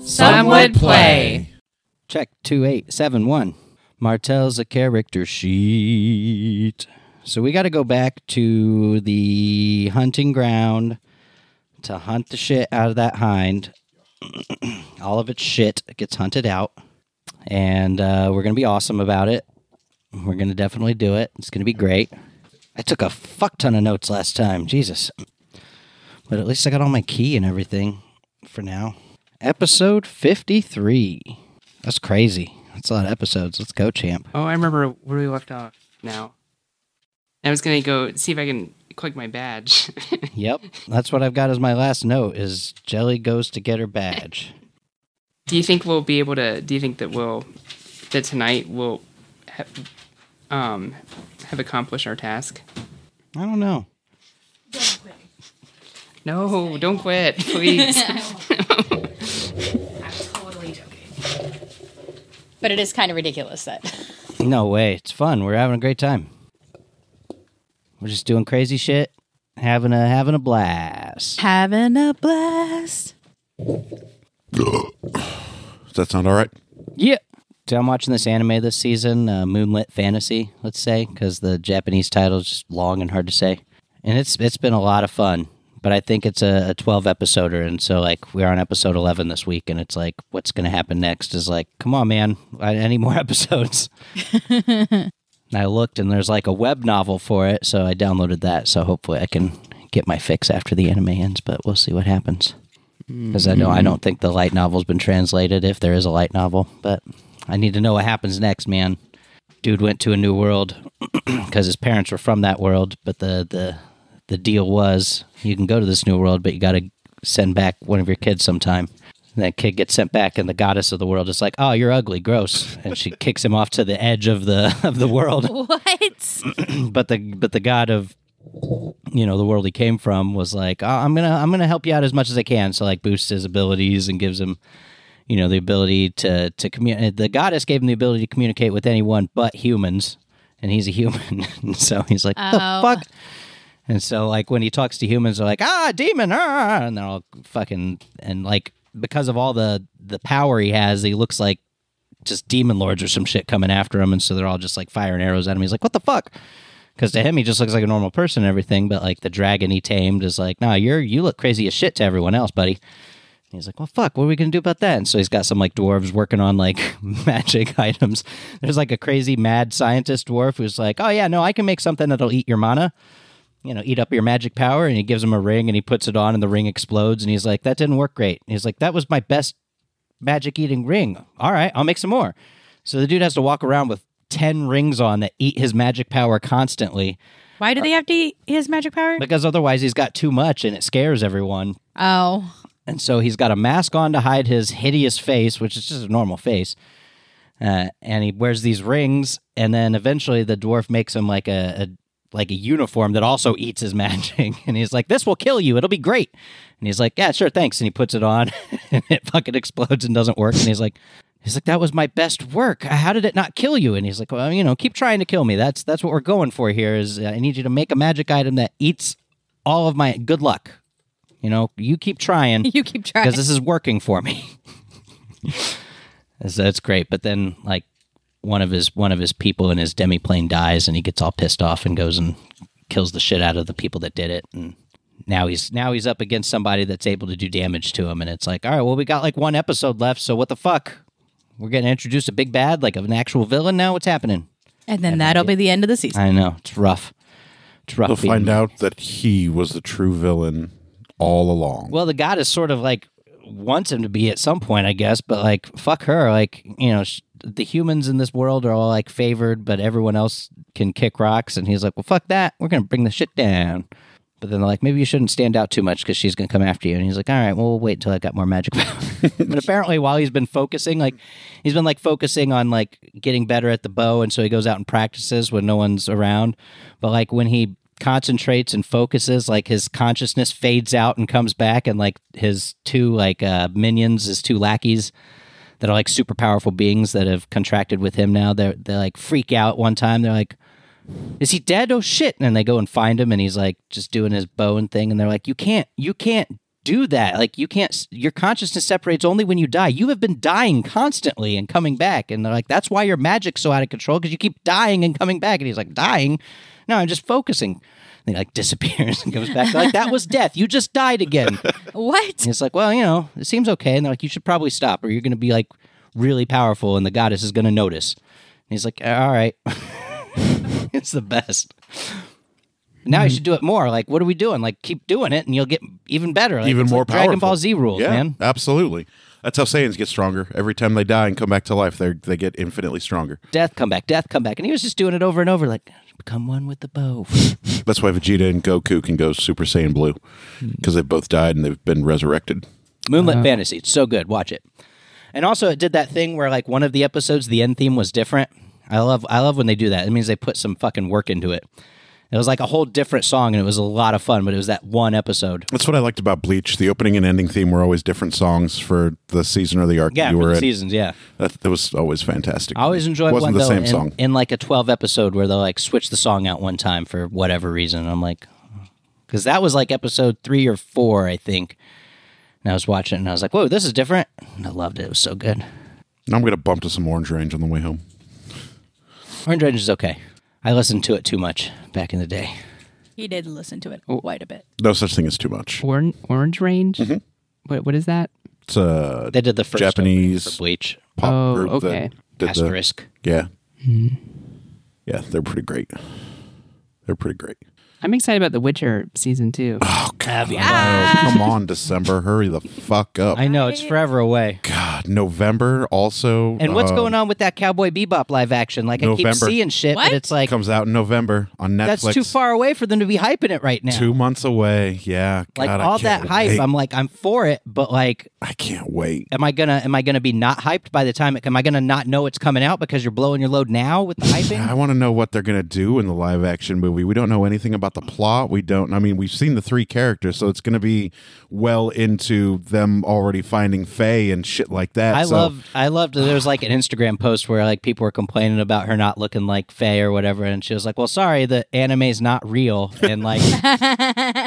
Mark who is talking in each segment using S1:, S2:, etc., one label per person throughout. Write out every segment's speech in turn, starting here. S1: Some would play.
S2: Check 2871. Martel's a character sheet. So we got to go back to the hunting ground to hunt the shit out of that hind. All of its shit gets hunted out. And uh, we're going to be awesome about it. We're going to definitely do it. It's going to be great. I took a fuck ton of notes last time. Jesus. But at least I got all my key and everything for now. Episode 53. That's crazy. That's a lot of episodes. Let's go, champ.
S1: Oh, I remember where we left off now. I was going to go see if I can click my badge.
S2: Yep. That's what I've got as my last note is Jelly goes to get her badge.
S1: do you think we'll be able to, do you think that we'll, that tonight we'll ha- um, have accomplished our task?
S2: I don't know.
S1: No, don't quit, please.
S3: I'm totally joking.
S4: But it is kind of ridiculous that.
S2: No way. It's fun. We're having a great time. We're just doing crazy shit, having a having a blast.
S4: Having a blast.
S5: Does that sound all right?
S2: Yeah. So I'm watching this anime this season, uh, Moonlit Fantasy, let's say, because the Japanese title is just long and hard to say, and it's it's been a lot of fun. But I think it's a, a 12 episoder, and so like we're on episode 11 this week, and it's like what's going to happen next is like, come on, man, I, I need more episodes. and I looked, and there's like a web novel for it, so I downloaded that. So hopefully I can get my fix after the anime ends, but we'll see what happens. Because I know I don't think the light novel's been translated, if there is a light novel. But I need to know what happens next, man. Dude went to a new world because his parents were from that world, but the the the deal was you can go to this new world, but you got to send back one of your kids sometime. And that kid gets sent back, and the goddess of the world is like, "Oh, you're ugly, gross," and she kicks him off to the edge of the of the world
S4: What?
S2: but the but the god of you know the world he came from was like "Oh, i'm gonna i'm gonna help you out as much as i can so like boosts his abilities and gives him you know the ability to to communicate the goddess gave him the ability to communicate with anyone but humans and he's a human and so he's like the
S4: Oh.
S2: fuck and so like when he talks to humans they're like ah demon ah! and they're all fucking and like because of all the the power he has he looks like just demon lords or some shit coming after him and so they're all just like firing arrows at him he's like what the fuck because to him he just looks like a normal person and everything but like the dragon he tamed is like nah you're you look crazy as shit to everyone else buddy And he's like well fuck what are we gonna do about that and so he's got some like dwarves working on like magic items there's like a crazy mad scientist dwarf who's like oh yeah no i can make something that'll eat your mana you know, eat up your magic power. And he gives him a ring and he puts it on and the ring explodes. And he's like, that didn't work great. And he's like, that was my best magic eating ring. All right, I'll make some more. So the dude has to walk around with 10 rings on that eat his magic power constantly
S4: Why do they have to eat his magic power?
S2: because otherwise he's got too much and it scares everyone.
S4: Oh.
S2: And so he's got a mask on to hide his hideous face, which is just a normal face. Uh, and he wears these rings, and then eventually the dwarf makes him like a, a like a uniform that also eats his magic. And he's like, "This will kill you. It'll be great." And he's like, "Yeah, sure, thanks." And he puts it on, and it fucking explodes and doesn't work. And he's like, "He's like, that was my best work. How did it not kill you?" And he's like, "Well, you know, keep trying to kill me. That's that's what we're going for here. Is uh, I need you to make a magic item that eats all of my good luck. You know, you keep trying."
S4: You keep trying.
S2: because this is working for me. And so that's great. But then like one of his one of his people in his demiplane dies and he gets all pissed off and goes and kills the shit out of the people that did it and now he's now he's up against somebody that's able to do damage to him and it's like all right well we got like one episode left so what the fuck we're getting introduced to big bad like an actual villain now what's happening
S4: and then that'll be the end of the season.
S2: i know it's rough it's rough
S5: They'll
S2: being-
S5: find out that he was the true villain all along.
S2: Well, the goddess sort of like wants him to be at some point, I guess, but like fuck her. Like you know, sh- the humans in this world are all like favored, but everyone else can kick rocks. And he's like, well, fuck that. We're gonna bring the shit down. But then they're like, maybe you shouldn't stand out too much because she's gonna come after you. And he's like, all right, well, we'll wait until I got more magic power. but apparently, while he's been focusing, like he's been like focusing on like getting better at the bow, and so he goes out and practices when no one's around. But like when he concentrates and focuses like his consciousness fades out and comes back and like his two like uh minions his two lackeys that are like super powerful beings that have contracted with him now they're they like freak out one time they're like is he dead oh shit and they go and find him and he's like just doing his bow and thing and they're like you can't you can't do that. Like you can't. s- Your consciousness separates only when you die. You have been dying constantly and coming back, and they're like, "That's why your magic's so out of control because you keep dying and coming back." And he's like, "Dying? No, I'm just focusing." And he like disappears and comes back. They're like that was death. You just died again.
S4: What?
S2: And it's like, well, you know, it seems okay. And they're like, you should probably stop, or you're going to be like really powerful, and the goddess is going to notice. And he's like, all right, it's the best. Now
S5: Mm-hmm.
S2: you should do it more. Like, what are we doing? Like, keep doing it, and you'll get even better. Like,
S5: even
S2: it's
S5: more
S2: like
S5: powerful.
S2: Dragon Ball Z rules,
S5: yeah,
S2: man.
S5: Absolutely. That's how Saiyans get stronger. Every time they die and come back to life, they they get infinitely stronger.
S2: Death, come back. Death, come back. And he was just doing it over and over, like, become one with the bow.
S5: That's why Vegeta and Goku can go Super Saiyan Blue
S2: Hmm.
S5: because they've both died and they've been resurrected.
S2: Moonlit Fantasy. It's so good. Watch it. And also, it did that thing where like one of the episodes, the end theme was different. I love, I love when they do that. It means they put some fucking work into it. It was like a whole different song, and it was a lot of fun. But it was that one episode.
S5: That's what I liked about Bleach. The opening and ending theme were always different songs for the season or the arc
S2: Yeah,
S5: you
S2: for
S5: were
S2: the
S5: in.
S2: seasons. Yeah,
S5: That, that was always fantastic.
S2: I always enjoy
S5: It wasn't
S2: one
S5: the
S2: though
S5: same
S2: in,
S5: song.
S2: in like a twelve episode where they'll like switch the song out one time for whatever reason. I'm like, because that was like episode three or four, I think. And I was watching, it and I was like, "Whoa, this is different!" And I loved it. It was so good.
S5: Now I'm going to bump to some Orange Range on the way home.
S2: Orange Range is okay. I listened to it too much back in the day.
S3: He did listen to it quite a bit.
S5: No such thing as too much.
S1: Orange Orange Range. What what is that?
S5: It's uh, a
S2: They did the first
S5: Japanese-
S2: opening for Bleach
S5: pop
S1: Oh,
S5: group
S1: okay.
S5: that did the-
S2: asterisk.
S5: yeah.
S2: Hmm.
S5: Yeah, they're pretty great. They're pretty great.
S1: I'm excited about The Witcher season two.
S5: Oh, God. Oh,
S2: Ah!
S5: come on, December. Hurry the fuck up.
S2: I know it's forever away.
S5: God, November also. uh,
S2: And what's going on with that Cowboy Bebop live action? Like I
S5: November.
S2: keep seeing shit,
S3: What?
S2: but it's like
S5: Comes out in November on Netflix.
S2: that's too far away for them to be hyping it right now.
S5: Two months away. Yeah.
S2: like
S5: God, I
S2: all that
S5: can't
S2: hype, um,
S5: wait.
S2: I'm like I'm for it, but like
S5: I can't wait.
S2: am I gonna am I gonna be not hyped by the time it am I gonna not know it's coming out because you're blowing your load now with the hyping?
S5: I want to know what they're going to do in the live action movie. We don't know anything about the plot. We don't, I mean, we've seen the three characters, so it's going to be well into them already finding Faye and shit like that.
S2: I
S5: so
S2: love I loved there was like an Instagram post where like people were complaining about her not looking like Faye or whatever and she was like, "Well, sorry, the anime's not real and like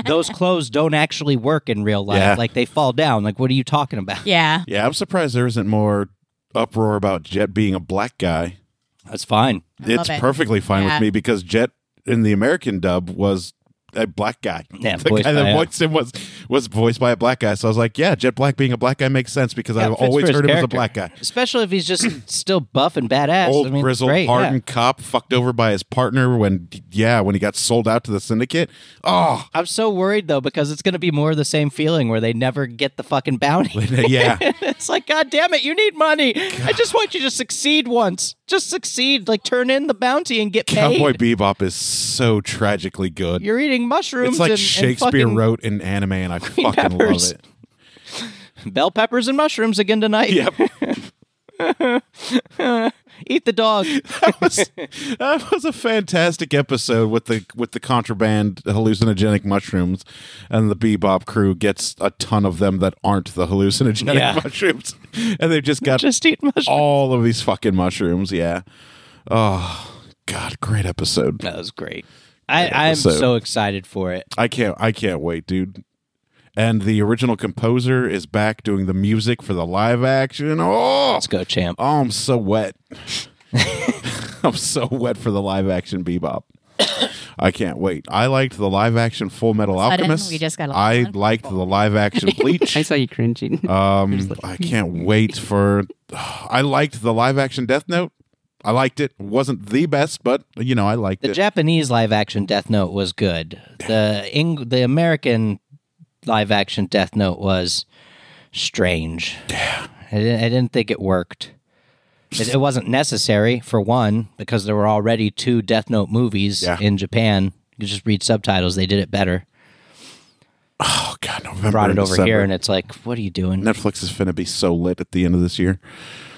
S2: those clothes don't actually work in real life.
S5: Yeah.
S2: Like they fall down. Like what are you talking about?"
S3: Yeah.
S5: Yeah, I'm surprised there isn't more uproar about Jet being a black guy.
S2: That's fine.
S5: it's
S3: love it.
S5: perfectly fine
S3: Yeah.
S5: with me because Jet in the American dub was a black guy.
S2: Yeah,
S5: the
S2: voiced
S5: guy
S2: by
S5: that
S2: a-
S5: voiced him was was voiced by a black guy. So I was like, yeah, Jet Black being a black guy makes sense because
S2: Yeah,
S5: I've
S2: fits for
S5: always
S2: his
S5: heard him as a
S2: character.
S5: black guy.
S2: Especially if he's just still buff and badass.
S5: Old
S2: I mean,
S5: grizzled,
S2: great,
S5: hardened
S2: yeah.
S5: cop fucked over by his partner when yeah, when he got sold out to the syndicate. Oh,
S2: I'm so worried though because it's going to be more of the same feeling where they never get the fucking bounty.
S5: yeah.
S2: it's like, God damn it, you need money. I just want you to succeed once. Just succeed. Like, turn in the bounty and get paid.
S5: Cowboy Bebop is so tragically good.
S2: You're eating mushrooms.
S5: it's like
S2: and, and
S5: Shakespeare
S2: fucking
S5: wrote in anime and I fucking
S2: peppers.
S5: love it.
S2: Bell peppers and mushrooms again tonight.
S5: Yep.
S2: Eat the dog.
S5: that was that was a fantastic episode with the with the contraband hallucinogenic mushrooms, and the Bebop crew gets a ton of them that aren't the hallucinogenic
S2: Yeah.
S5: mushrooms, and they've just got
S2: just eat mushrooms.
S5: all of these fucking mushrooms. Yeah. Oh God, great episode.
S2: That was great. I, I'm
S5: episode.
S2: so excited for it.
S5: I can't I can't wait, dude. And the original composer is back doing the music for the live action. Oh,
S2: Let's go, champ.
S5: oh I'm so wet. I'm so wet for the live action Bebop. I can't wait. I liked the live action Full Metal
S3: sudden,
S5: Alchemist.
S3: we just got a lot
S5: I
S3: of
S5: liked the live action Bleach.
S1: I saw you cringing.
S5: Um, I can't wait for. I liked the live action Death Note. I liked it. wasn't the best, but you know I liked
S2: The
S5: it.
S2: Japanese live action Death Note was good. The Eng- the American live action Death Note was strange. I didn't, I didn't think it worked. It, it wasn't necessary for one because there were already two Death Note movies
S5: Yeah.
S2: in Japan. You just read subtitles; they did it better.
S5: oh God, November
S2: Brought it
S5: and
S2: over
S5: December.
S2: here, and it's like, what are you doing?
S5: Netflix is finna be so lit at the end of this year.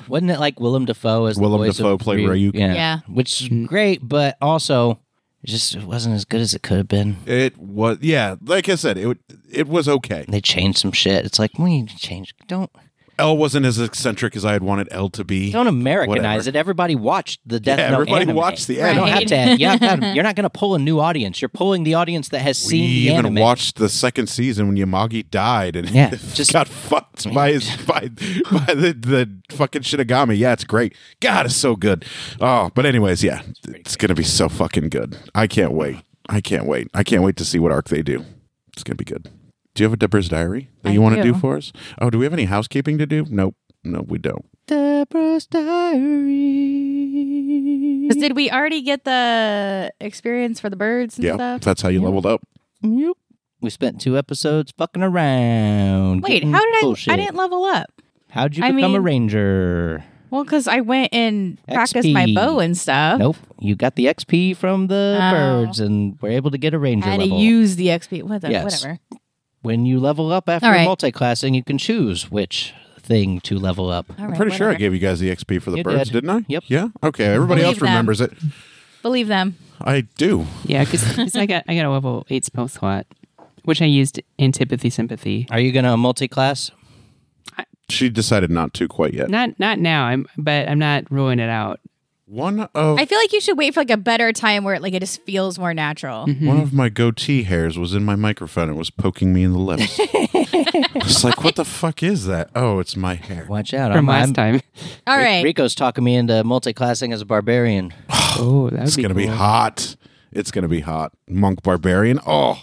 S2: Wasn't it like Willem Dafoe as
S5: Willem
S2: the voice
S5: Dafoe
S2: of
S5: played Ryuk.
S2: Yeah.
S3: Yeah.
S2: which is great, but also it just it wasn't as good as it could have been.
S5: It was yeah, like I said, it it was okay.
S2: They changed some shit. It's like we need to change. Don't
S5: L wasn't as eccentric as I had wanted L to be.
S2: Don't Americanize
S5: Whatever.
S2: it. Everybody watched the Death
S5: Yeah,
S2: Note
S5: everybody
S2: anime.
S5: watched the
S2: You don't
S5: anime.
S2: have to. You have to- you're not going to pull a new audience. You're pulling the audience that has
S5: We
S2: seen the
S5: even
S2: anime.
S5: watched the second season when Yamagi died and
S2: Yeah,
S5: just
S2: just-
S5: got fucked by his by, by the, the fucking Shinigami. Yeah, it's great. God, it's so good. Oh, but anyways, yeah, it's gonna be so fucking good. I can't wait. I can't wait. I can't wait to see what arc they do. It's gonna be good. Do you have a Deborah's Diary that
S3: I
S5: you want to do
S3: do.
S5: for us? Oh, do we have any housekeeping to do? Nope. No, we don't.
S2: Deborah's Diary.
S3: 'Cause did we already get the experience for the birds and
S5: Yeah,
S3: stuff?
S5: that's how you
S2: Yeah.
S5: leveled up.
S2: Yep. We spent two episodes fucking around.
S3: Wait,
S2: getting
S3: how did I?
S2: bullshit.
S3: I didn't level up.
S2: How'd you
S3: I
S2: become a
S3: mean-
S2: ranger?
S3: Well, because I went and practiced my
S2: XP.
S3: bow and stuff.
S2: Nope. You got the XP from the
S3: Oh.
S2: birds and were able to get a ranger
S3: How to
S2: level.
S3: use the XP? What the-
S2: Yes.
S3: Whatever.
S2: when you level up after
S3: All right.
S2: multiclassing, you can choose which thing to level up.
S3: All
S5: I'm
S3: right,
S5: pretty sure I
S3: whatever.
S5: gave you guys the XP for the
S2: You
S5: birds,
S2: did.
S5: did. not I?
S2: Yep.
S5: Yeah. Okay. Everybody else
S3: Believe them.
S5: remembers it.
S3: Believe them.
S5: I do.
S1: Yeah, because I got I got a level eight spell slot, which I used antipathy sympathy.
S2: Are you going to multiclass?
S5: She decided not to quite yet.
S1: Not not now. I'm but I'm not ruling it out.
S5: One of
S3: I feel like you should wait for like a better time where it like it just feels more natural.
S2: Hmm.
S1: Mm-hmm.
S5: one of my goatee hairs was in my microphone. It was poking me in the lips. it's like, what the fuck is that? Oh, it's my hair.
S2: Watch out.
S1: From
S2: I'm,
S1: last
S2: I'm-
S1: time.
S3: All right.
S2: Rico's talking me into multiclassing as a barbarian.
S1: Oh, that would
S5: It's
S1: be
S5: gonna be
S1: cool.
S5: hot. It's gonna be hot. Monk barbarian. Oh,